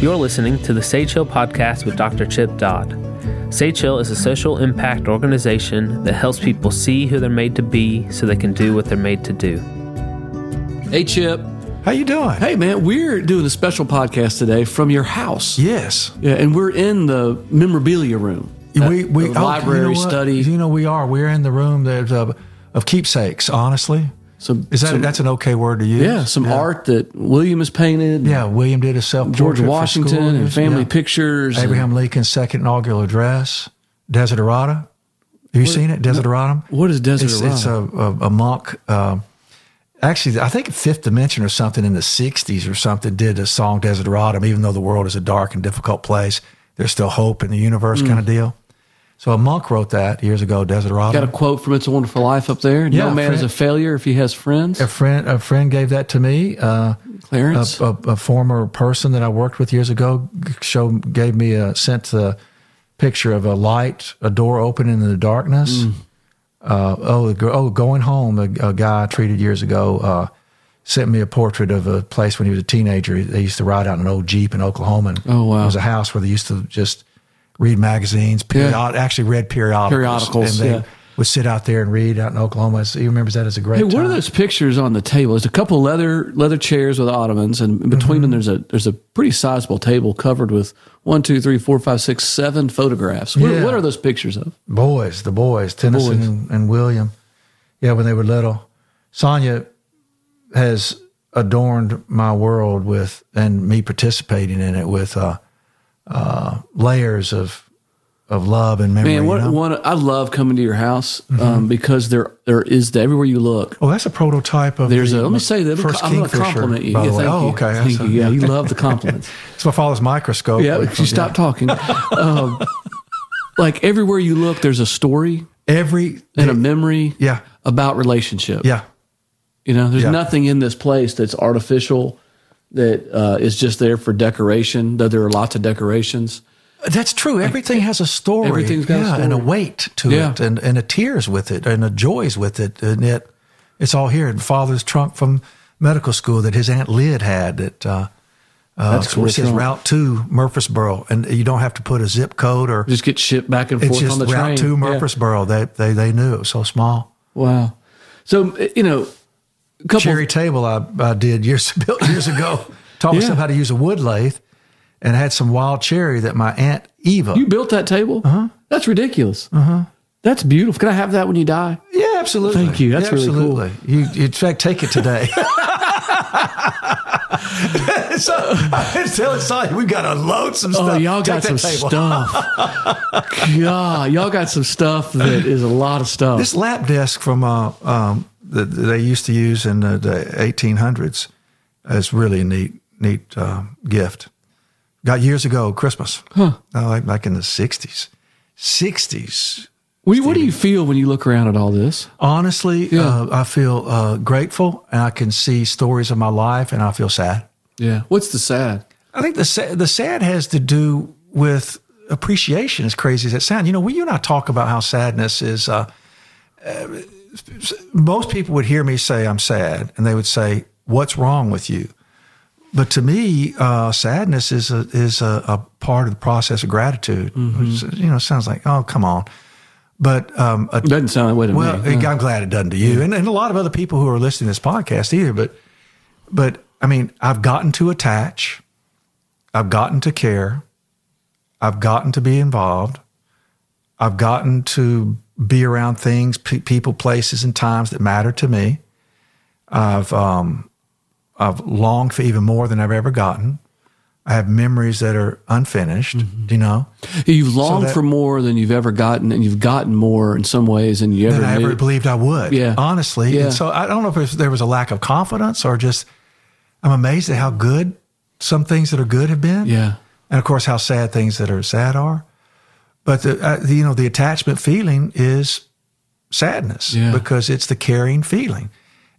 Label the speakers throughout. Speaker 1: You're listening to the Sage Hill podcast with Dr. Chip Dodd. Sage Hill is a social impact organization that helps people see who they're made to be so they can do what they're made to do.
Speaker 2: Hey, Chip.
Speaker 3: How you doing?
Speaker 2: Hey, man. We're doing a special podcast today from your house.
Speaker 3: Yes.
Speaker 2: Yeah, and we're in the memorabilia room.
Speaker 3: we we
Speaker 2: the
Speaker 3: oh,
Speaker 2: library
Speaker 3: you know what?
Speaker 2: study.
Speaker 3: You know we are. We're in the room that of, of keepsakes. Honestly,
Speaker 2: Some,
Speaker 3: is that
Speaker 2: some-
Speaker 3: that's an okay word to use?
Speaker 2: yeah, some art that William has painted.
Speaker 3: Yeah, William did a self
Speaker 2: George Washington and family pictures. and-
Speaker 3: Abraham Lincoln's second inaugural address, Desiderata. Have you seen it, Desideratum?
Speaker 2: what is
Speaker 3: It's, it's a,
Speaker 2: Desiderata?
Speaker 3: a, a monk. Um, actually, I think Fifth Dimension or something in the '60s or something did a song Desideratum. Even though the world is a dark and difficult place, there's still hope in the universe, kind
Speaker 2: Mm.
Speaker 3: of deal. So a monk wrote that years ago, Desideratum.
Speaker 2: Got a quote from It's a Wonderful Life up there.
Speaker 3: uh, Yeah,
Speaker 2: no man is
Speaker 3: friend-
Speaker 2: a failure if he has friends.
Speaker 3: a friend a friend gave that to me. Uh, a,
Speaker 2: Clarence.
Speaker 3: a, a former person that I worked with years ago g- showed gave me a sent the picture of a light, a door open in the
Speaker 2: Mm.
Speaker 3: darkness. Uh, oh, the gr- oh, going home. A, a guy I treated years ago uh, sent me a portrait of a place when he was a teenager. They used to ride out in an old jeep in Oklahoma. And
Speaker 2: Oh, wow.
Speaker 3: It was a house where they used to just read magazines. Period, Actually, read periodicals.
Speaker 2: Periodicals,
Speaker 3: And they
Speaker 2: yeah.
Speaker 3: would sit out there and read out in Oklahoma. So he remembers that as a great.
Speaker 2: Hey, what are
Speaker 3: time.
Speaker 2: those pictures on the table? There's a couple leather leather chairs with ottomans, and in
Speaker 3: Mm-hmm.
Speaker 2: between them there's a there's a pretty sizable table covered with one, two, three, four, five, six, seven photographs. What,
Speaker 3: Yeah.
Speaker 2: what are those pictures of?
Speaker 3: boys, the boys, Tennyson
Speaker 2: boys.
Speaker 3: And, and William. Yeah, when they were little, Sonia has adorned my world with, and me participating in it with uh, uh, layers of of love and Mm-hmm. memory.
Speaker 2: Man,
Speaker 3: you
Speaker 2: what,
Speaker 3: know?
Speaker 2: one I love coming to your house um, because there there is everywhere you look.
Speaker 3: Oh, that's a prototype of.
Speaker 2: There's
Speaker 3: the
Speaker 2: a let me say that
Speaker 3: first
Speaker 2: I'm going to
Speaker 3: Kingfisher,
Speaker 2: compliment you.
Speaker 3: by
Speaker 2: Yeah,
Speaker 3: the way.
Speaker 2: thank
Speaker 3: oh,
Speaker 2: you.
Speaker 3: okay.
Speaker 2: Thank
Speaker 3: That's a-
Speaker 2: you. Yeah, you love the compliments.
Speaker 3: It's my father's microscope.
Speaker 2: yeah, if you stop talking. um, like everywhere you look, there's a story
Speaker 3: every.
Speaker 2: and a memory.
Speaker 3: Yeah.
Speaker 2: about relationship.
Speaker 3: yeah,
Speaker 2: You know, there's
Speaker 3: Yeah.
Speaker 2: nothing in this place that's artificial, that uh, is just there for decoration. Though there are lots of decorations.
Speaker 3: That's true. Everything has a story.
Speaker 2: Everything's got a
Speaker 3: yeah, and a
Speaker 2: story.
Speaker 3: weight to
Speaker 2: Yeah.
Speaker 3: it, and and a tears with it, and a joys with it, and yet it's all here. And father's trunk from medical school that his aunt Lyd had that uh, uh,
Speaker 2: That's cool
Speaker 3: which says
Speaker 2: trunk.
Speaker 3: Route Two Murfreesboro, and you don't have to put a zip code or
Speaker 2: Just get shipped back and
Speaker 3: it's
Speaker 2: forth
Speaker 3: just
Speaker 2: on the
Speaker 3: Route
Speaker 2: train.
Speaker 3: Two
Speaker 2: Yeah.
Speaker 3: Murfreesboro. They they they knew it was so small.
Speaker 2: Wow. So eh, you know, a couple.
Speaker 3: Cherry table I, I did years built years ago taught myself
Speaker 2: Yeah.
Speaker 3: how to use a wood lathe, and had some wild cherry that my aunt Eva.
Speaker 2: you built that table. Uh-huh. That's ridiculous. Uh-huh. That's beautiful. Can I have that when you die?
Speaker 3: Yeah, absolutely.
Speaker 2: Thank you. That's really cool.
Speaker 3: absolutely. You, you- in fact, take it today. so I'm telling Sonia, we've got to unload some
Speaker 2: Oh,
Speaker 3: stuff.
Speaker 2: y'all got
Speaker 3: Take
Speaker 2: some
Speaker 3: that table.
Speaker 2: stuff. God, y'all got some stuff that is a lot of stuff.
Speaker 3: This lap desk from uh, um, that that they used to use in the, the 1800s is really a neat, neat uh, gift. Got years ago, Christmas. Huh. like, like in the 60s. 60s.
Speaker 2: what, do you- what do you feel when you look around at all this?
Speaker 3: Honestly, uh, I feel uh, grateful and I can see stories of my life and I feel sad.
Speaker 2: Yeah. What's the sad?
Speaker 3: I think the sa- the sad has to do with appreciation. As crazy as it sounds, you know, we you and I talk about how sadness is. Uh, uh, most people would hear me say I'm sad, and they would say, "What's wrong with you?" But to me, uh, sadness is a, is a, a part of the process of gratitude. Which, you know, sounds like, "Oh, come on," but um, a
Speaker 2: Doesn't sound that way to
Speaker 3: well,
Speaker 2: me.
Speaker 3: I'm glad it doesn't to you, and, and a lot of other people who are listening to this podcast either. But, but I mean, I've gotten to attach, I've gotten to care, I've gotten to be involved, I've gotten to be around things, pe- people, places, and times that matter to me. I've um, I've longed for even more than I've ever gotten. I have memories that are unfinished.
Speaker 2: Mm-hmm.
Speaker 3: You know,
Speaker 2: You've longed
Speaker 3: that-
Speaker 2: for more than you've ever gotten, and you've gotten more in some ways than you ever,
Speaker 3: than I
Speaker 2: knew.
Speaker 3: ever believed I would.
Speaker 2: Yeah.
Speaker 3: Honestly.
Speaker 2: Yeah.
Speaker 3: And so I don't know if it's, there was a lack of confidence or just I'm amazed at how good some things that are good have been.
Speaker 2: Yeah.
Speaker 3: And of course, how sad things that are sad are. But the, uh, the you know the attachment feeling is sadness
Speaker 2: Yeah.
Speaker 3: because it's the caring feeling,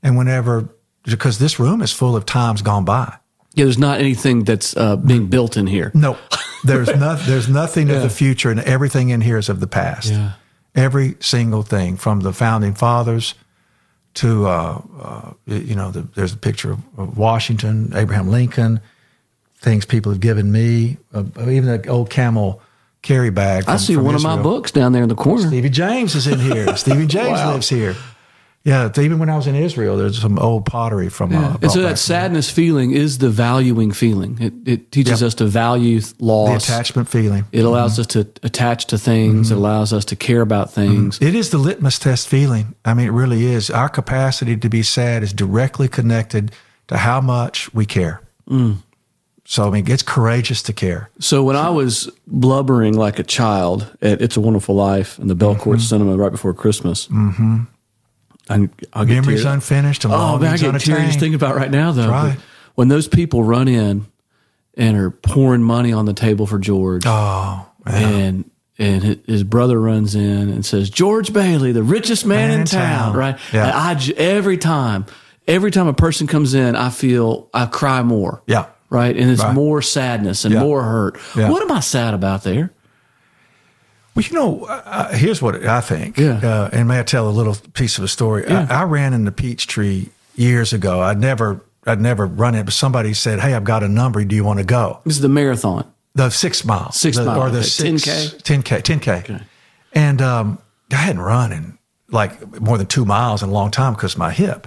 Speaker 3: and whenever because this room is full of times gone by.
Speaker 2: Yeah, there's not anything that's uh, being built in here.
Speaker 3: No, there's no, there's nothing of the future, and everything in here is of the past.
Speaker 2: Yeah.
Speaker 3: Every single thing from the founding fathers to, uh, uh, you know, the, there's a picture of, of Washington, Abraham Lincoln, things people have given me, uh, even an old camel carry
Speaker 2: I
Speaker 3: bag. from-
Speaker 2: see
Speaker 3: from
Speaker 2: one of my
Speaker 3: Israel.
Speaker 2: books down there in the corner.
Speaker 3: Stevie James is in here. Stevie James lives here. Yeah, it's even when I was in Israel, there's some old pottery from. Uh,
Speaker 2: and
Speaker 3: brought
Speaker 2: so
Speaker 3: back
Speaker 2: that
Speaker 3: from
Speaker 2: sadness feeling is the valuing feeling. It, it teaches us to value th-
Speaker 3: the
Speaker 2: loss.
Speaker 3: attachment Mm-hmm. feeling.
Speaker 2: it allows us to attach to things. It allows us to care about things.
Speaker 3: It is the litmus test feeling. I mean, it really is. Our capacity to be sad is directly connected to how much we care.
Speaker 2: Mm.
Speaker 3: So I mean, it's courageous to care.
Speaker 2: So when I was blubbering like a child at "It's a Wonderful Life" in the
Speaker 3: Mm-hmm.
Speaker 2: Belcourt Cinema right before Christmas, mm-hmm. I, I'll get
Speaker 3: Memories
Speaker 2: tears-
Speaker 3: unfinished and
Speaker 2: Oh man, I
Speaker 3: longings
Speaker 2: get teary just
Speaker 3: unattained.
Speaker 2: thinking about it right now though.
Speaker 3: right.
Speaker 2: When those people run in and are pouring money on the table for George,
Speaker 3: Oh, man.
Speaker 2: and and hi- his brother runs in and says, "George Bailey, the richest man, in, town, right?"
Speaker 3: Yeah.
Speaker 2: And I j- every time, every time a person comes in, I feel I cry more.
Speaker 3: Yeah.
Speaker 2: right. And it's
Speaker 3: Right.
Speaker 2: more sadness and
Speaker 3: Yeah.
Speaker 2: more hurt.
Speaker 3: Yeah.
Speaker 2: What am I sad about there?
Speaker 3: Well, you know, uh, here's what I think.
Speaker 2: Yeah.
Speaker 3: Uh, and may I tell a little piece of a story? I, I ran into Peachtree years ago. I'd never, I'd never run it, but somebody said, "Hey, I've got a number. Do you want to go?"
Speaker 2: This is the marathon.
Speaker 3: The six mile,
Speaker 2: Six
Speaker 3: the,
Speaker 2: mile,
Speaker 3: or the
Speaker 2: okay.
Speaker 3: six,
Speaker 2: 10K?
Speaker 3: 10k, 10k. And um, I hadn't run in like more than two miles in a long time because my hip.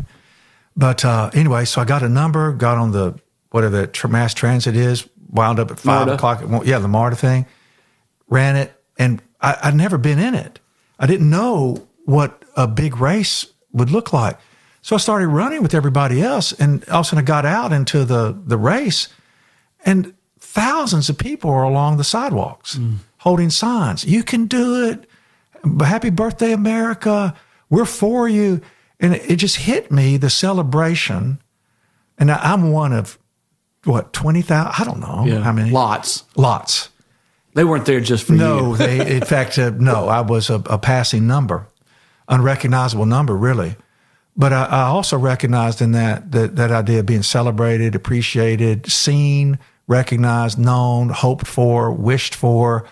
Speaker 3: But uh, anyway, so I got a number, got on the whatever the tr- mass transit is, wound up at five
Speaker 2: MARTA.
Speaker 3: o'clock. At one, yeah, the MARTA thing. Ran it, and I, I'd never been in it. I didn't know what a big race would look like. So I started running with everybody else, and all of a sudden I got out into the the race, and thousands of people are along the sidewalks holding signs. You can do it. Happy birthday, America. We're for you. And it it just hit me the celebration. And I- I'm one of what, 20,000? I don't know how many.
Speaker 2: Lots.
Speaker 3: Lots.
Speaker 2: They weren't there just for you.
Speaker 3: No, they, in fact, uh, no, I was a, a passing number, unrecognizable number, really. But I, I also recognized in that, that that idea of being celebrated, appreciated, seen, recognized, known, hoped for, wished for,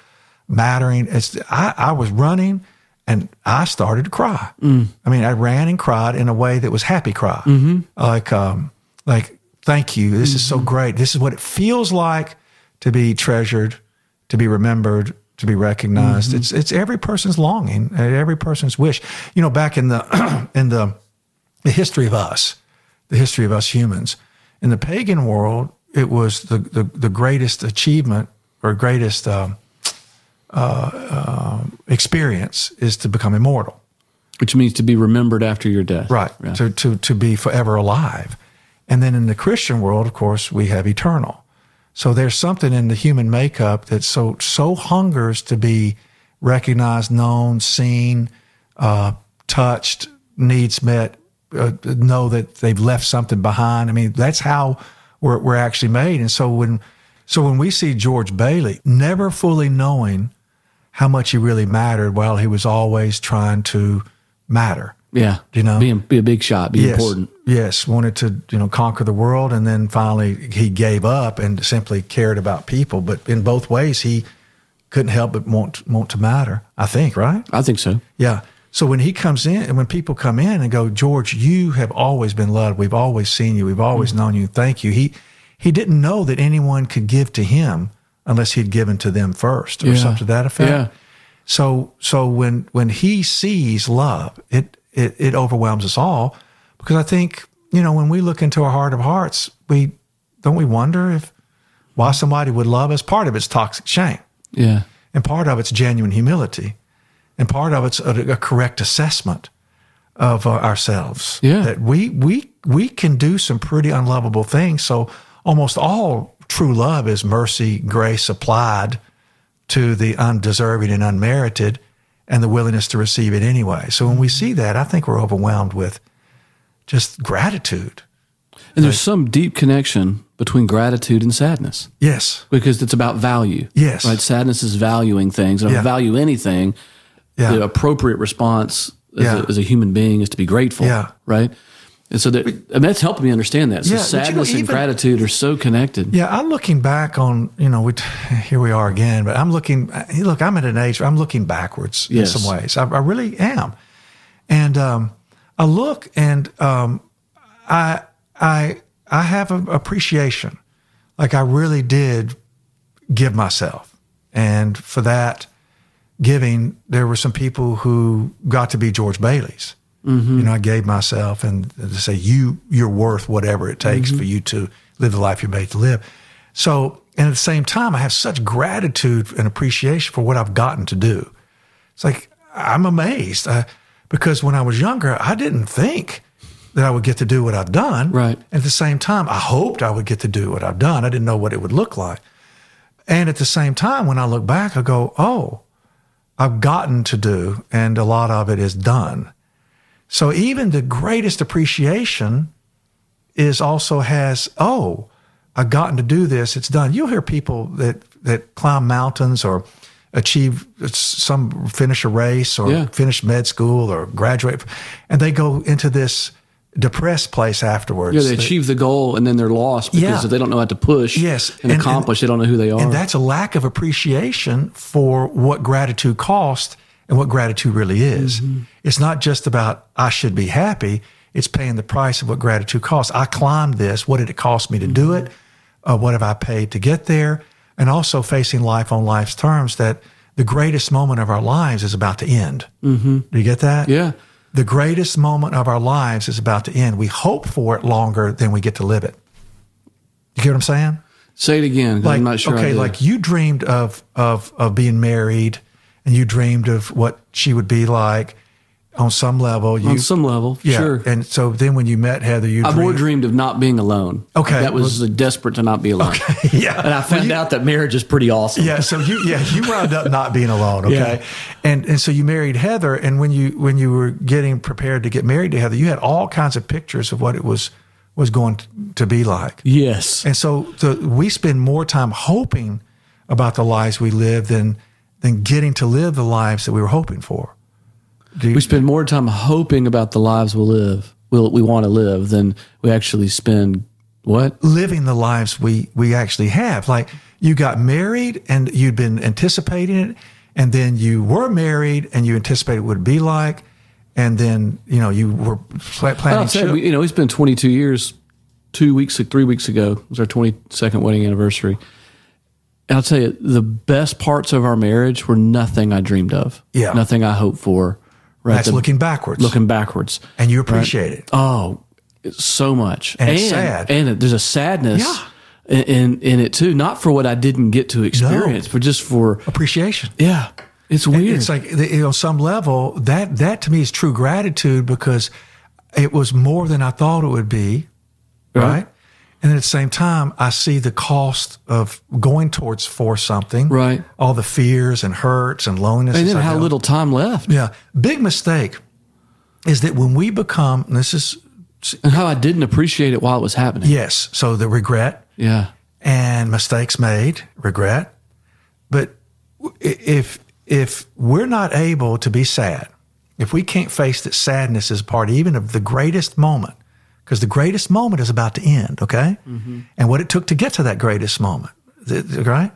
Speaker 3: mattering. It's, I, I was running and I started to cry.
Speaker 2: Mm.
Speaker 3: I mean, I ran and cried in a way that was happy cry,
Speaker 2: Mm-hmm.
Speaker 3: like um, like thank you, this is so great. This is what it feels like to be treasured, to be remembered, to be recognized. It's it's every person's longing, and every person's wish. You know, back in the in the the history of us, the history of us humans, in the pagan world, it was the the, the greatest achievement or greatest um, uh, uh, experience is to become immortal.
Speaker 2: Which means to be remembered after your death.
Speaker 3: Right.
Speaker 2: Yeah.
Speaker 3: To, to, to be forever alive. And then in the Christian world, of course, we have eternal. So there's something in the human makeup that so, so hungers to be recognized, known, seen, uh, touched, needs met, uh, know that they've left something behind. I mean, that's how we're, we're actually made. And so when, so when we see George Bailey never fully knowing how much he really mattered while he was always trying to matter.
Speaker 2: Yeah.
Speaker 3: You know?
Speaker 2: Being, be a big shot, be
Speaker 3: Yes.
Speaker 2: important.
Speaker 3: Yes, wanted to you know conquer the world, and then finally he gave up and simply cared about people. But in both ways, he couldn't help but want want to matter. I think, right?
Speaker 2: I think so.
Speaker 3: Yeah. So when he comes in, and when people come in and go, George, you have always been loved. We've always seen you. We've always
Speaker 2: Mm-hmm.
Speaker 3: known you. Thank you. He he didn't know that anyone could give to him unless he'd given to them first, or
Speaker 2: Yeah.
Speaker 3: something to that effect.
Speaker 2: Yeah.
Speaker 3: So so when when he sees love, it it, it overwhelms us all because I think you know when we look into our heart of hearts, we don't we wonder if why somebody would love us. Part of it's toxic shame,
Speaker 2: Yeah.
Speaker 3: and part of it's genuine humility, and part of it's a, a correct assessment of uh, ourselves.
Speaker 2: Yeah.
Speaker 3: that we we we can do some pretty unlovable things. So almost all true love is mercy, grace applied to the undeserving and unmerited, and the willingness to receive it anyway. So when we see that, I think we're overwhelmed with just gratitude.
Speaker 2: And there's some deep connection between gratitude and sadness
Speaker 3: Yes.
Speaker 2: because it's about value.
Speaker 3: Yes.
Speaker 2: Right? Sadness is valuing things. And if I
Speaker 3: Yeah.
Speaker 2: value anything,
Speaker 3: Yeah.
Speaker 2: the appropriate response as,
Speaker 3: Yeah.
Speaker 2: a, as a human being is to be grateful.
Speaker 3: Yeah.
Speaker 2: Right? And so that, and that's helping me understand that. So
Speaker 3: Yeah, but you know,
Speaker 2: sadness and
Speaker 3: even-
Speaker 2: gratitude are so connected.
Speaker 3: Yeah, I'm looking back on you know we here we are again, but I'm looking look I'm at an age where I'm looking backwards
Speaker 2: Yes.
Speaker 3: in some ways. I, I really am, and um, I look and um, I I I have an appreciation, like I really did give myself, and for that giving, there were some people who got to be George Bailey's. You know, I gave myself and to say you you're worth whatever it takes for you to live the life you're made to live. So, and at the same time, I have such gratitude and appreciation for what I've gotten to do. It's like I'm amazed I, because when I was younger, I didn't think that I would get to do what I've done.
Speaker 2: Right.
Speaker 3: At the same time, I hoped I would get to do what I've done. I didn't know what it would look like. And at the same time, when I look back, I go, oh, I've gotten to do, and a lot of it is done. So even the greatest appreciation is also has, oh, I've gotten to do this, it's done. You'll hear people that, that climb mountains or achieve some, finish a race or
Speaker 2: Yeah.
Speaker 3: finish med school or graduate, and they go into this depressed place afterwards.
Speaker 2: Yeah, they
Speaker 3: They-
Speaker 2: achieve the goal and then they're lost because
Speaker 3: Yeah.
Speaker 2: they don't know how to push
Speaker 3: Yes,
Speaker 2: and,
Speaker 3: and-
Speaker 2: accomplish. they don't know who they are.
Speaker 3: And that's a lack of appreciation for what gratitude costs and what gratitude really is.
Speaker 2: Mm-hmm.
Speaker 3: It's not just about I should be happy. It's paying the price of what gratitude costs. I climbed this. What did it cost me to do it?
Speaker 2: Mm-hmm.
Speaker 3: Uh, what have I paid to get there? And also facing life on life's terms that the greatest moment of our lives is about to end. Mm-hmm. Do you get that?
Speaker 2: Yeah.
Speaker 3: The greatest moment of our lives is about to end. We hope for it longer than we get to live it. You get what I'm saying?
Speaker 2: Say it again. 'cause
Speaker 3: like
Speaker 2: I'm not sure. I
Speaker 3: okay
Speaker 2: did.
Speaker 3: like you dreamed of of of being married and you dreamed of what she would be like on some level you
Speaker 2: on some level,
Speaker 3: yeah
Speaker 2: sure.
Speaker 3: and so then when you met heather you
Speaker 2: I more
Speaker 3: dreamed
Speaker 2: dreamed of not being alone.
Speaker 3: Okay.
Speaker 2: that was the desperate to not be alone.
Speaker 3: yeah
Speaker 2: And I found out that marriage is pretty awesome.
Speaker 3: yeah so you yeah you wound up not being alone okay and and so you married heather and when you when you were getting prepared to get married to heather you had all kinds of pictures of what it was was going t- to be like
Speaker 2: Yes.
Speaker 3: And so the, we spend more time hoping about the lives we live than than getting to live the lives that we were hoping for. Do you-
Speaker 2: we spend more time hoping about the lives we'll live, we'll, we want to live, than we actually spend what?
Speaker 3: living the lives we we actually have. Like you got married and you'd been anticipating it, and then you were married and you anticipated what it would be like, and then you know you were pla- planning.
Speaker 2: I'll say,
Speaker 3: chil-
Speaker 2: we- you know, it's been 22 years, two weeks, three weeks ago was our 22nd wedding anniversary. And I'll tell you, the best parts of our marriage were nothing I dreamed of.
Speaker 3: Yeah.
Speaker 2: Nothing I hoped for. Right.
Speaker 3: That's
Speaker 2: The-
Speaker 3: looking backwards,
Speaker 2: looking backwards.
Speaker 3: and you appreciate it.
Speaker 2: Oh, it's so much.
Speaker 3: And it's sad.
Speaker 2: And it, there's a sadness
Speaker 3: Yeah.
Speaker 2: in, in, in it too. Not for what I didn't get to experience, but just for,
Speaker 3: Appreciation.
Speaker 2: yeah, it's
Speaker 3: And
Speaker 2: weird.
Speaker 3: It's like you know, some level that that to me is true gratitude because it was more than I thought it would be, right? And then at the same time, I see the cost of going towards for something,
Speaker 2: Right.
Speaker 3: All the fears and hurts and loneliness.
Speaker 2: and
Speaker 3: as
Speaker 2: then
Speaker 3: I
Speaker 2: how
Speaker 3: go.
Speaker 2: little time left
Speaker 3: Yeah, big mistake is that when we become and this is
Speaker 2: and how I didn't appreciate it while it was happening.
Speaker 3: yes, so the regret
Speaker 2: Yeah.
Speaker 3: and mistakes made, regret. But i- if if we're not able to be sad, if we can't face that sadness is part even of the greatest moment, because the greatest moment is about to end, okay?
Speaker 2: Mm-hmm.
Speaker 3: And what it took to get to that greatest moment, th- th- right?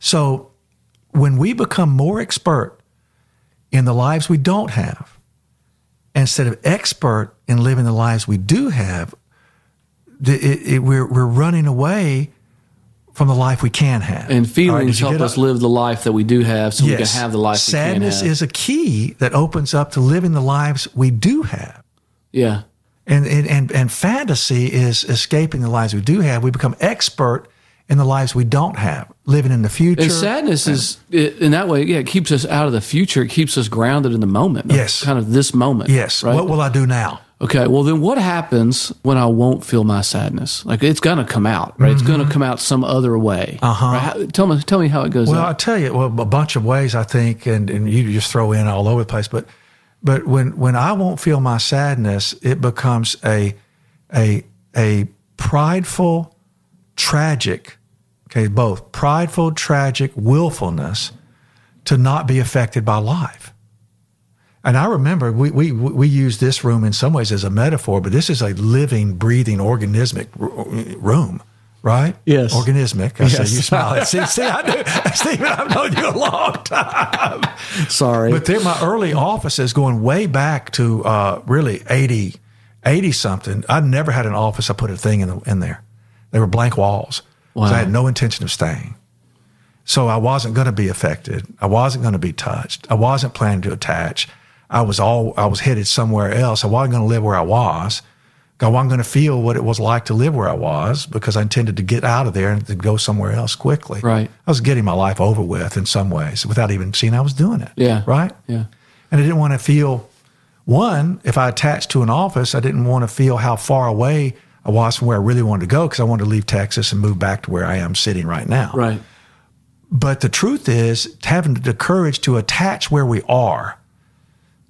Speaker 3: So when we become more expert in the lives we don't have, instead of expert in living the lives we do have, the, it, it, we're, we're running away from the life we can have.
Speaker 2: And
Speaker 3: All right, did
Speaker 2: feelings
Speaker 3: you
Speaker 2: help
Speaker 3: get
Speaker 2: us
Speaker 3: up?
Speaker 2: live the life that we do have so we can have the life
Speaker 3: Sadness
Speaker 2: we can have.
Speaker 3: is a key that opens up to living the lives we do have.
Speaker 2: yeah.
Speaker 3: And, and, and, and fantasy is escaping the lives we do have. We become expert in the lives we don't have, living in the future.
Speaker 2: And sadness is it, in that way, yeah, it keeps us out of the future. It keeps us grounded in the moment. of
Speaker 3: Yes.
Speaker 2: Kind of this moment.
Speaker 3: yes.
Speaker 2: Right?
Speaker 3: What will I do now?
Speaker 2: okay. Well, then what happens when I won't feel my sadness? Like it's going to come out, right? It's
Speaker 3: Mm-hmm.
Speaker 2: going to come out some other way. Uh huh. Tell me, tell me how it goes
Speaker 3: Uh-huh. Well,
Speaker 2: out.
Speaker 3: I tell you, well, a bunch of ways I think, and, and you just throw in all over the place. But but when when I won't feel my sadness, it becomes a a a prideful, tragic, okay, both prideful, tragic willfulness to not be affected by life. And I remember we, we, we use this room in some ways as a metaphor, but this is a living, breathing, organismic r- room, right?
Speaker 2: Yes.
Speaker 3: Organismic. I yes.
Speaker 2: Yes.
Speaker 3: you smile. see, see, I do. Stephen, I've known you a long time.
Speaker 2: Sorry.
Speaker 3: But they're my early offices going way back to uh, really 80, 80 something. I never had an office. I put a thing in, the, in there. They were blank walls. 'Cause
Speaker 2: Wow.
Speaker 3: I had no intention of staying. So I wasn't going to be affected. I wasn't going to be touched. I wasn't planning to attach. I was all I was headed somewhere else. I wasn't going to live where I was. I wasn't going to feel what it was like to live where I was because I intended to get out of there and to go somewhere else quickly.
Speaker 2: Right.
Speaker 3: I was getting my life over with in some ways without even seeing I was doing it.
Speaker 2: Yeah.
Speaker 3: Right.
Speaker 2: Yeah.
Speaker 3: And I didn't want to feel one, if I attached to an office, I didn't want to feel how far away I was from where I really wanted to go because I wanted to leave Texas and move back to where I am sitting right now.
Speaker 2: Right.
Speaker 3: But the truth is, having the courage to attach where we are,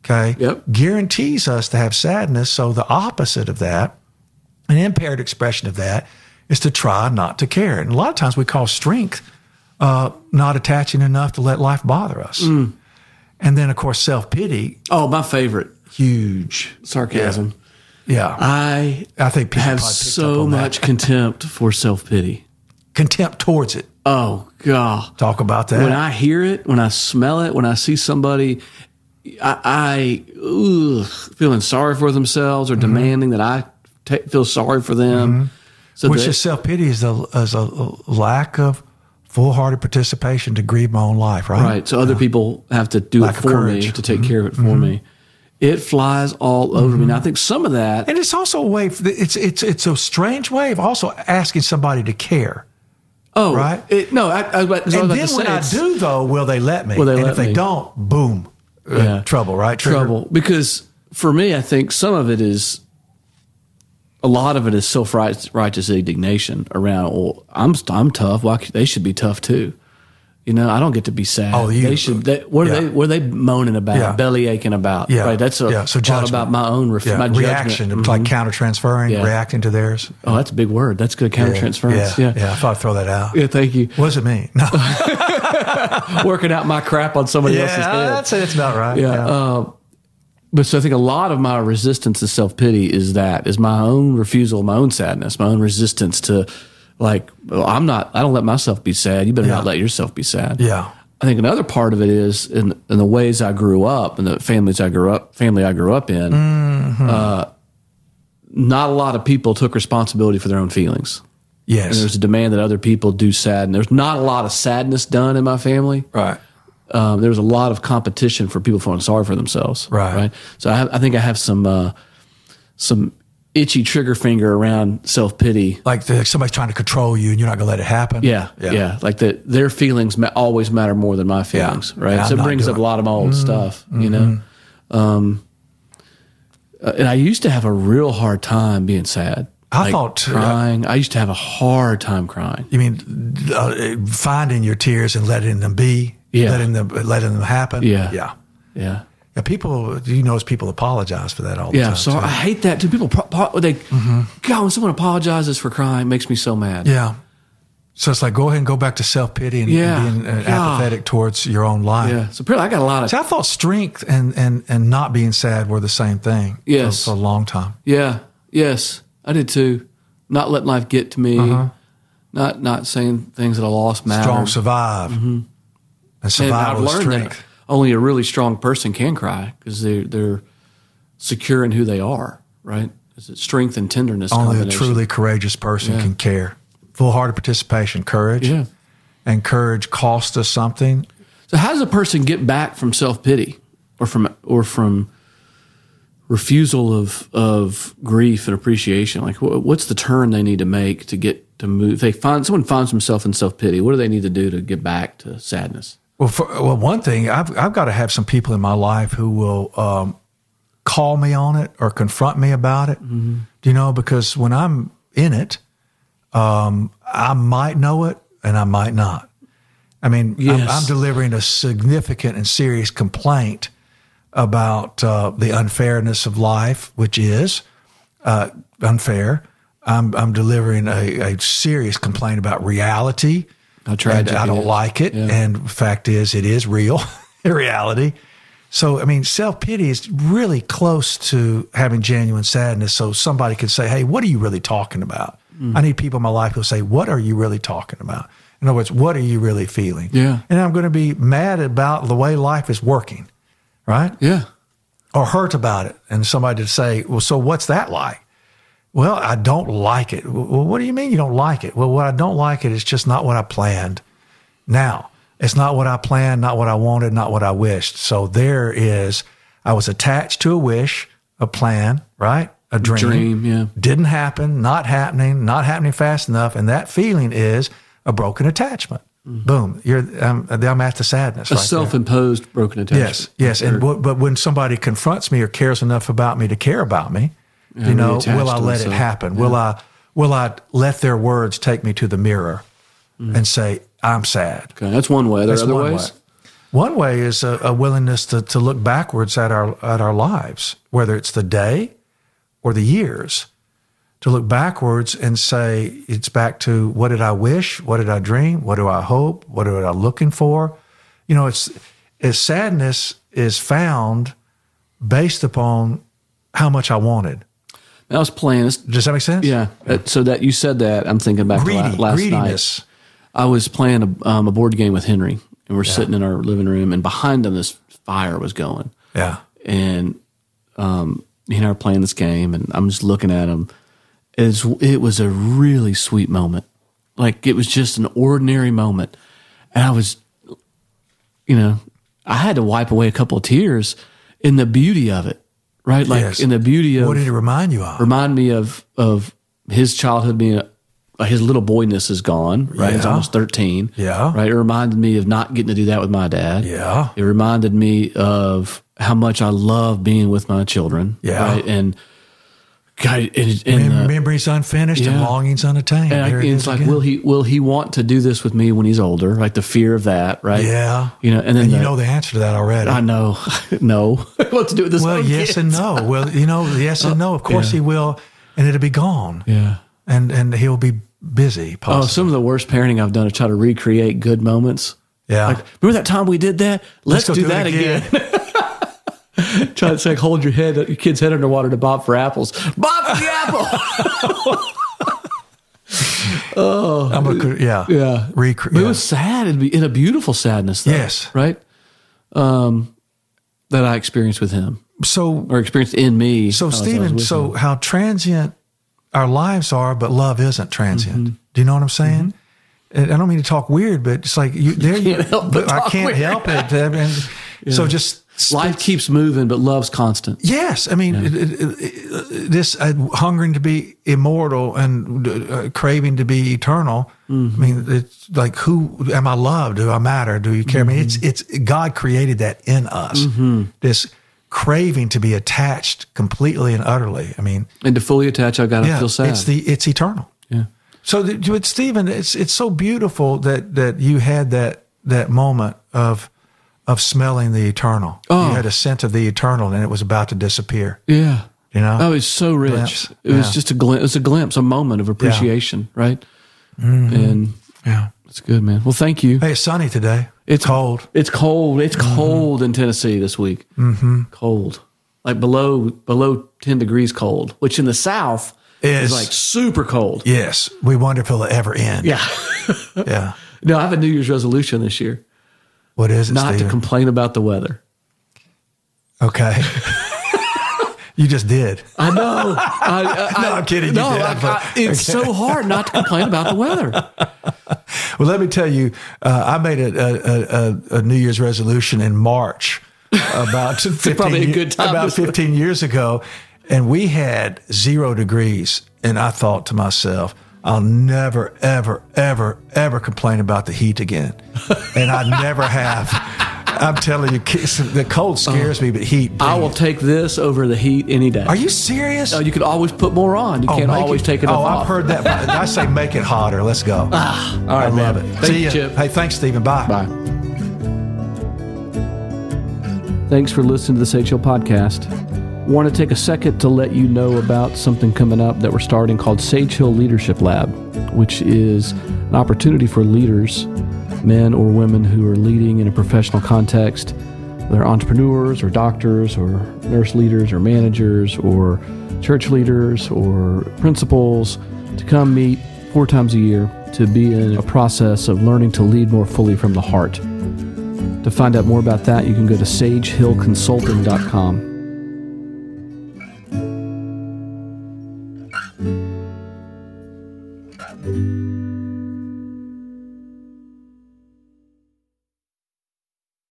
Speaker 3: okay,
Speaker 2: Yep.
Speaker 3: guarantees us to have sadness. So the opposite of that, an impaired expression of that, is to try not to care. And a lot of times we call strength uh, not attaching enough to let life bother us. And then, of course, self pity,
Speaker 2: Oh, my favorite
Speaker 3: huge.
Speaker 2: sarcasm.
Speaker 3: Yeah.
Speaker 2: I
Speaker 3: I think people
Speaker 2: have
Speaker 3: probably picked
Speaker 2: so
Speaker 3: up on that.
Speaker 2: much contempt for self pity.
Speaker 3: contempt towards it.
Speaker 2: Oh God.
Speaker 3: Talk about that.
Speaker 2: When I hear it, when I smell it, when I see somebody, I, I ugh, feeling sorry for themselves or
Speaker 3: Mm-hmm.
Speaker 2: demanding that I ta feel sorry for them. So
Speaker 3: Which
Speaker 2: that-
Speaker 3: is self pity is a, is a lack of full hearted participation to grieve my own life, right?
Speaker 2: Right. So other people have to do
Speaker 3: Lack
Speaker 2: it
Speaker 3: of
Speaker 2: for me,
Speaker 3: courage. Mm-hmm.
Speaker 2: to take care of it for me. It flies all over me. And I think some of that,
Speaker 3: And it's also a way. for the- It's it's it's a strange way of also asking somebody to care.
Speaker 2: oh,
Speaker 3: Right.
Speaker 2: It, no, I, I was about, I was
Speaker 3: And
Speaker 2: about
Speaker 3: then
Speaker 2: to say
Speaker 3: when I
Speaker 2: it's
Speaker 3: do though, will they let me?
Speaker 2: Will they
Speaker 3: and
Speaker 2: let
Speaker 3: if they
Speaker 2: me?
Speaker 3: don't, boom, Uh,
Speaker 2: Yeah.
Speaker 3: trouble, right? Trigger.
Speaker 2: trouble. Because for me, I think some of it is, a lot of it is self righteous indignation around, well, I'm, I'm tough. Why c- they should be tough too. You know, I don't get to be sad.
Speaker 3: Oh, you-
Speaker 2: they should. They, what are
Speaker 3: yeah.
Speaker 2: they? What are they moaning about?
Speaker 3: Yeah.
Speaker 2: Belly aching about?
Speaker 3: Yeah.
Speaker 2: Right. That's a
Speaker 3: Yeah, so
Speaker 2: lot
Speaker 3: judgment.
Speaker 2: about my own ref-
Speaker 3: Yeah.
Speaker 2: my judgment. Mm-hmm.
Speaker 3: reaction, like counter transferring,
Speaker 2: Yeah.
Speaker 3: reacting to theirs.
Speaker 2: Oh, that's a big word. That's good countertransference.
Speaker 3: Yeah,
Speaker 2: Yeah.
Speaker 3: yeah. I thought I'd throw that out.
Speaker 2: Yeah, thank you.
Speaker 3: What does it mean? No.
Speaker 2: Working out my crap on somebody
Speaker 3: yeah,
Speaker 2: else's head.
Speaker 3: that's that's about right.
Speaker 2: yeah. Uh, but so I think a lot of my resistance to self pity is that is my own refusal, my own sadness, my own resistance to like well, I'm not. I don't let myself be sad. You better not
Speaker 3: Yeah.
Speaker 2: let yourself be sad.
Speaker 3: yeah.
Speaker 2: I think another part of it is in in the ways I grew up and the families I grew up family I grew up in. Uh,
Speaker 3: Mm-hmm.
Speaker 2: not a lot of people took responsibility for their own feelings.
Speaker 3: Yes.
Speaker 2: There's a demand that other people do sad, and there's not a lot of sadness done in my family.
Speaker 3: Right.
Speaker 2: Um, there's a lot of competition for people feeling sorry for themselves.
Speaker 3: Right.
Speaker 2: So I, have, I think I have some uh, some itchy trigger finger around self pity.
Speaker 3: Like the, somebody's trying to control you and you're not going to let it happen.
Speaker 2: Yeah, yeah, Like that, their feelings ma- always matter more than my feelings.
Speaker 3: Yeah.
Speaker 2: Right.
Speaker 3: Yeah,
Speaker 2: so
Speaker 3: I'm
Speaker 2: it
Speaker 3: not Mm-hmm.
Speaker 2: brings up
Speaker 3: doing-
Speaker 2: a lot of my old stuff. You know. Um, uh, and I used to have a real hard time being sad.
Speaker 3: I thought, uh,
Speaker 2: crying. I used to have a hard time crying.
Speaker 3: You mean uh, finding your tears and letting them be?
Speaker 2: Yeah.
Speaker 3: Letting them, letting them happen?
Speaker 2: Yeah.
Speaker 3: Yeah.
Speaker 2: Yeah.
Speaker 3: Yeah, people, you notice people apologize for that all the
Speaker 2: Yeah,
Speaker 3: time.
Speaker 2: I'm sorry. I
Speaker 3: too. Mm-hmm.
Speaker 2: hate that too. People, pro- pro- they, God, when someone apologizes for crying, it makes me so mad.
Speaker 3: Yeah. So it's like, go ahead and go back to self pity and, and
Speaker 2: Yeah.
Speaker 3: being uh,
Speaker 2: God.
Speaker 3: apathetic towards your own life.
Speaker 2: Yeah. So apparently, I got a lot
Speaker 3: See,
Speaker 2: of.
Speaker 3: I thought strength and, and, and not being sad were the same thing for-
Speaker 2: Yes.
Speaker 3: for, a long time.
Speaker 2: Yeah. Yes, I did too. Not letting life get to me. Not not saying things that I lost matter.
Speaker 3: Strong survive. And
Speaker 2: And I've
Speaker 3: survival is
Speaker 2: learned
Speaker 3: strength.
Speaker 2: that only a really strong person can cry because they're they're secure in who they are. Right? Is it strength and tenderness?
Speaker 3: Only a
Speaker 2: combination.
Speaker 3: truly courageous person
Speaker 2: Yeah.
Speaker 3: can care. Full hearted participation, courage.
Speaker 2: Yeah.
Speaker 3: And courage costs us something.
Speaker 2: So how does a person get back from self pity or from or from refusal of of grief and appreciation? Like wh- what's the turn they need to make to get to move? If they find someone finds themselves in self pity, what do they need to do to get back to sadness?
Speaker 3: Well, for, well, one thing I've I've got to have some people in my life who will um, call me on it or confront me about it. Do you know? Because when I'm in it, um, I might know it and I might not. I mean, I'm,
Speaker 2: Yes.
Speaker 3: I'm delivering a significant and serious complaint about uh, the unfairness of life, which is uh, unfair. I'm, I'm delivering a, a serious complaint about reality.
Speaker 2: How tragic
Speaker 3: And I
Speaker 2: it
Speaker 3: don't
Speaker 2: is.
Speaker 3: like it. And fact is, it is real reality. So, I mean, self pity is really close to having genuine sadness. So, somebody could say, Hey, what are you really talking about? I need people in my life who'll say, What are you really talking about? In other words, what are you really feeling?
Speaker 2: Yeah.
Speaker 3: And I'm going to be mad about the way life is working, right?
Speaker 2: Yeah.
Speaker 3: Or hurt about it. And somebody to say, Well, so what's that like? Well, I don't like it. Well, what do you mean you don't like it? Well, what I don't like it is just not what I planned. Now, it's not what I planned, not what I wanted, not what I wished. So there is, I was attached to a wish, a plan, right? A dream.
Speaker 2: Dream, yeah.
Speaker 3: Didn't happen, not happening, not happening fast enough. And that feeling is a broken attachment. Boom. You're, I'm, I'm at the sadness.
Speaker 2: Mm-hmm. A
Speaker 3: right there.
Speaker 2: self imposed broken attachment.
Speaker 3: Yes, yes. And w- but when somebody confronts me or cares enough about me to care about me, you know,
Speaker 2: reattached
Speaker 3: will I
Speaker 2: to
Speaker 3: let it
Speaker 2: themselves.
Speaker 3: happen? Will I will I let their words take me to the mirror and say I'm sad?
Speaker 2: Okay, that's one way. There
Speaker 3: That's
Speaker 2: are other
Speaker 3: one
Speaker 2: ways.
Speaker 3: way. One way is a, a willingness to, to look backwards at our at our lives, whether it's the day or the years, to look backwards and say it's back to what did I wish, what did I dream, what do I hope, what am I looking for? You know, it's, it's sadness is found based upon how much I wanted.
Speaker 2: I was playing this.
Speaker 3: Does that make sense?
Speaker 2: Yeah. That- so that you said that, I'm thinking back to la-
Speaker 3: Greedy,
Speaker 2: last night.
Speaker 3: greediness.
Speaker 2: I was playing a, um, a board game with Henry, and we're sitting in our living room, and behind him, this fire was going.
Speaker 3: Yeah.
Speaker 2: and um, he and I were playing this game, and I'm just looking at him. It's, it was a really sweet moment. Like it was just an ordinary moment, and I was, you know, I had to wipe away a couple of tears in the beauty of it, right? Like
Speaker 3: Yes.
Speaker 2: in the beauty of
Speaker 3: What did it remind you of?
Speaker 2: remind me of of his childhood being uh, his little boyness is gone, right? He's
Speaker 3: Yeah.
Speaker 2: almost thirteen.
Speaker 3: Yeah.
Speaker 2: Right. It reminded me of not getting to do that with my dad.
Speaker 3: Yeah.
Speaker 2: It reminded me of how much I love being with my children.
Speaker 3: Yeah.
Speaker 2: Right. And God, and, and, uh,
Speaker 3: Mem- memories unfinished and
Speaker 2: yeah.
Speaker 3: longings unattained.
Speaker 2: and I-
Speaker 3: Here it
Speaker 2: it's
Speaker 3: is
Speaker 2: like,
Speaker 3: again.
Speaker 2: will he will he want to do this with me when he's older? Like the fear of that, right?
Speaker 3: Yeah.
Speaker 2: You know, and then
Speaker 3: and you
Speaker 2: the-
Speaker 3: know the answer to that already.
Speaker 2: uh, I know, no, what to do with this?
Speaker 3: Well,
Speaker 2: own
Speaker 3: yes
Speaker 2: kid.
Speaker 3: and no. Well, you know, yes and no. Of course he will, and it'll be gone.
Speaker 2: yeah.
Speaker 3: And and he'll be busy.
Speaker 2: Oh,
Speaker 3: Possibly.
Speaker 2: some of the worst parenting I've done is try to recreate good moments.
Speaker 3: yeah.
Speaker 2: Like, remember that time we did that? Let's,
Speaker 3: go
Speaker 2: do,
Speaker 3: do it
Speaker 2: that again.
Speaker 3: again.
Speaker 2: Try to like hold your head, your kid's head underwater to bob for apples. Bob for the apple.
Speaker 3: I'm a, cr- yeah.
Speaker 2: yeah.
Speaker 3: Recre-
Speaker 2: But It
Speaker 3: yeah.
Speaker 2: was sad in, in a beautiful sadness, though.
Speaker 3: Yes.
Speaker 2: Right? Um, that I experienced with him
Speaker 3: So
Speaker 2: or experienced in me.
Speaker 3: so
Speaker 2: as I was
Speaker 3: Stephen.
Speaker 2: with him.
Speaker 3: So how transient our lives are, but love isn't transient.
Speaker 2: Mm-hmm.
Speaker 3: Do you know what I'm saying? And I don't mean to talk weird, but it's like you there. You
Speaker 2: can't help but
Speaker 3: I
Speaker 2: talk
Speaker 3: can't
Speaker 2: weird.
Speaker 3: help it. I mean, So just
Speaker 2: life keeps moving, but love's constant.
Speaker 3: Yes, I mean it, it, it, this uh, hungering to be immortal and uh, craving to be eternal.
Speaker 2: Mm-hmm.
Speaker 3: I mean, it's like who am I loved? Do I matter? Do you care? I mean, it's
Speaker 2: Mm-hmm.
Speaker 3: it's God created that in us. This craving to be attached completely and utterly. I mean,
Speaker 2: And to fully attach, I've got to feel sad.
Speaker 3: it's the it's eternal.
Speaker 2: Yeah.
Speaker 3: So, th- but Stephen, it's it's so beautiful that that you had that that moment of of smelling the eternal.
Speaker 2: Oh.
Speaker 3: You had a scent of the eternal, and it was about to disappear.
Speaker 2: yeah.
Speaker 3: You know,
Speaker 2: Oh, it's so rich.
Speaker 3: Glimpse.
Speaker 2: It was
Speaker 3: Yeah.
Speaker 2: just a glimpse. It was a glimpse, a moment of appreciation, right?
Speaker 3: Mm-hmm.
Speaker 2: And
Speaker 3: yeah.
Speaker 2: it's good, man. Well, thank you.
Speaker 3: Hey, it's sunny today.
Speaker 2: It's-
Speaker 3: cold.
Speaker 2: It's cold. It's
Speaker 3: Uh-huh.
Speaker 2: cold in Tennessee this week. Mm-hmm. Cold, like below below ten degrees cold, which in the South is
Speaker 3: Is-
Speaker 2: like super cold.
Speaker 3: Yes, we wonder if it'll ever end.
Speaker 2: Yeah.
Speaker 3: Yeah.
Speaker 2: no, I have a New Year's resolution this year:
Speaker 3: What is it?
Speaker 2: not to
Speaker 3: Stephen?
Speaker 2: complain about the weather.
Speaker 3: okay. you just did.
Speaker 2: I know. I, I,
Speaker 3: No, I'm kidding. You
Speaker 2: No,
Speaker 3: did,
Speaker 2: I-
Speaker 3: but-
Speaker 2: I- it's so hard not to complain about the weather.
Speaker 3: Well, let me tell you, uh, I made a, a, a, a New Year's resolution in March about 15,
Speaker 2: probably a
Speaker 3: ye-
Speaker 2: good time
Speaker 3: about
Speaker 2: to start.
Speaker 3: 15 years ago. And we had zero degrees. And I thought to myself, I'll never, ever, ever, ever complain about the heat again. And I never have. I'm telling you, kids, the cold scares me, but heat.
Speaker 2: Uh, I will take this over the heat any day.
Speaker 3: Are you serious?
Speaker 2: No, you can always put more on. You
Speaker 3: Oh,
Speaker 2: can't
Speaker 3: make
Speaker 2: always take it
Speaker 3: Oh,
Speaker 2: off.
Speaker 3: I've heard that. I say make it hotter. Let's go.
Speaker 2: All right,
Speaker 3: I love
Speaker 2: man.
Speaker 3: it.
Speaker 2: Thank
Speaker 3: See
Speaker 2: you,
Speaker 3: ya.
Speaker 2: Chip.
Speaker 3: Hey, thanks, Stephen.
Speaker 2: Bye. Thanks for listening to the Sage Hill Podcast. Want to take a second to let you know about something coming up that we're starting called Sage Hill Leadership Lab, which is an opportunity for leaders, men or women who are leading in a professional context, They're entrepreneurs or doctors or nurse leaders or managers or church leaders or principals to come meet four times a year to be in a process of learning to lead more fully from the heart. To find out more about that, you can go to sagehillconsulting.com.